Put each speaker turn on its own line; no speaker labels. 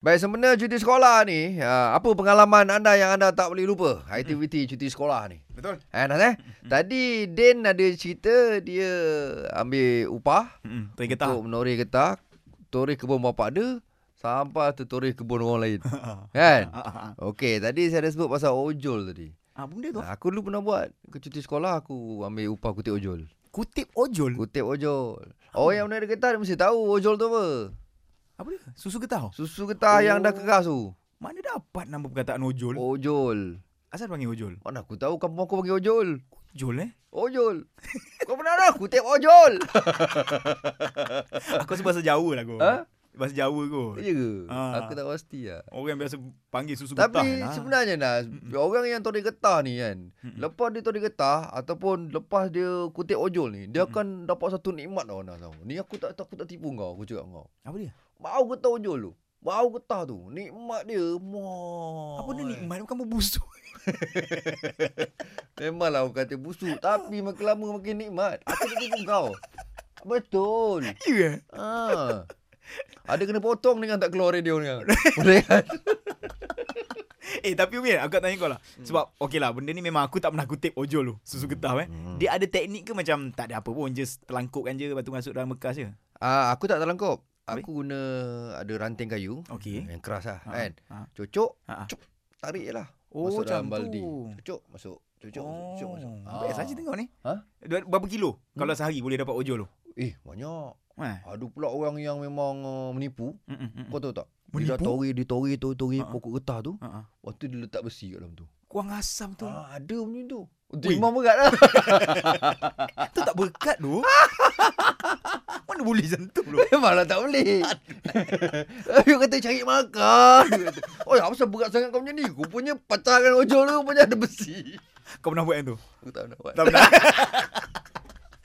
Baik, sempena cuti sekolah ni, uh, apa pengalaman anda yang anda tak boleh lupa? Aktiviti cuti sekolah ni.
Betul.
Eh, Nas eh? Tadi Din ada cerita dia ambil upah
Hmm, tarik getah.
untuk menoreh getah, toreh kebun bapak dia, sampai tertoreh kebun orang lain. kan?
Ah, ah,
Okey, tadi saya ada sebut pasal ojol tadi.
ah. ah, benda tu.
Aku dulu pernah buat ke cuti sekolah aku ambil upah kutip ojol.
Kutip ojol.
Kutip ojol. Orang yang menoreh getah dia mesti tahu ojol tu apa.
Apa dia? Susu getah.
Susu getah yang dah
Oh.
keras tu.
Mana dapat nama perkataan
Oh.
ojol?
Ojol.
Asal panggil ojol?
Mana aku tahu kampung aku panggil ojol.
Ojol eh?
Ojol. Kau pernah dah kutip ojol.
Aku rasa bahasa Jawa lah kot.
Ha?
Bahasa Jawa kot.
Ya ke?
Ah.
Aku tak pasti lah.
Orang biasa panggil susu getah. lah.
Tapi sebenarnya Nas, orang yang tarik getah ni kan, lepas dia tarik getah ataupun lepas dia kutip ojol ni, dia akan dapat satu nikmat tau Nas tau. Ni aku tak aku tak tipu kau, aku cakap kau.
Apa dia?
Bau getah ojol tu. Bau getah tu. Nikmat dia. Wah.
Apa dia
eh.
nikmat bukan berbusu.
Memanglah orang kata busuk. Tapi makin lama makin nikmat. Aku tak tipu kau. Betul.
Ya ke?
Ah. Ada kena potong dengan tak keluar radio ni. kan? Boleh kan?
Eh tapi Umir aku nak tanya kau lah
Hmm.
Sebab okey lah benda ni memang aku tak pernah kutip ojol tu Susu getah eh Dia ada teknik ke macam tak ada apa pun Just telangkupkan je lepas tu masuk dalam bekas je
Ah, aku tak terlangkap.
Habis?
Aku guna ada ranting kayu.
Okey.
Yang keras lah
Ha,
kan.
ha.
Cocok.
Ha, ha.
Cuk, tarik je lah.
Oh
masuk
macam
dalam baldi.
tu
Cocok masuk. Cocok masuk. Cocok masuk.
Oh, best saja tengok ni.
Ha? Hmm?
Dua- Berapa kilo kalau sehari boleh dapat ojol tu?
Eh banyak.
Ha.
Ada pula orang yang memang uh, menipu.
Mm-mm.
Kau tahu tak? Dia dah
Hmm. Menipu?
tori, dia tori, tori, tori
Ha, ha.
pokok getah tu.
Ha, ha.
Lepas tu dia letak besi kat dalam tu.
Kuang asam tu.
Ah, ada macam tu. Itu
Ui.
memang berat lah.
Tu tak berkat tu. Mana boleh macam tu lu?
Malah tak boleh. Dia kata cari makan. Dia kata, Oi, apa sebab berat sangat kau macam ni? Rupanya patahkan ojol tu rupanya ada besi.
Kau pernah buat yang tu?
Aku tak nak buat.
Tak pernah.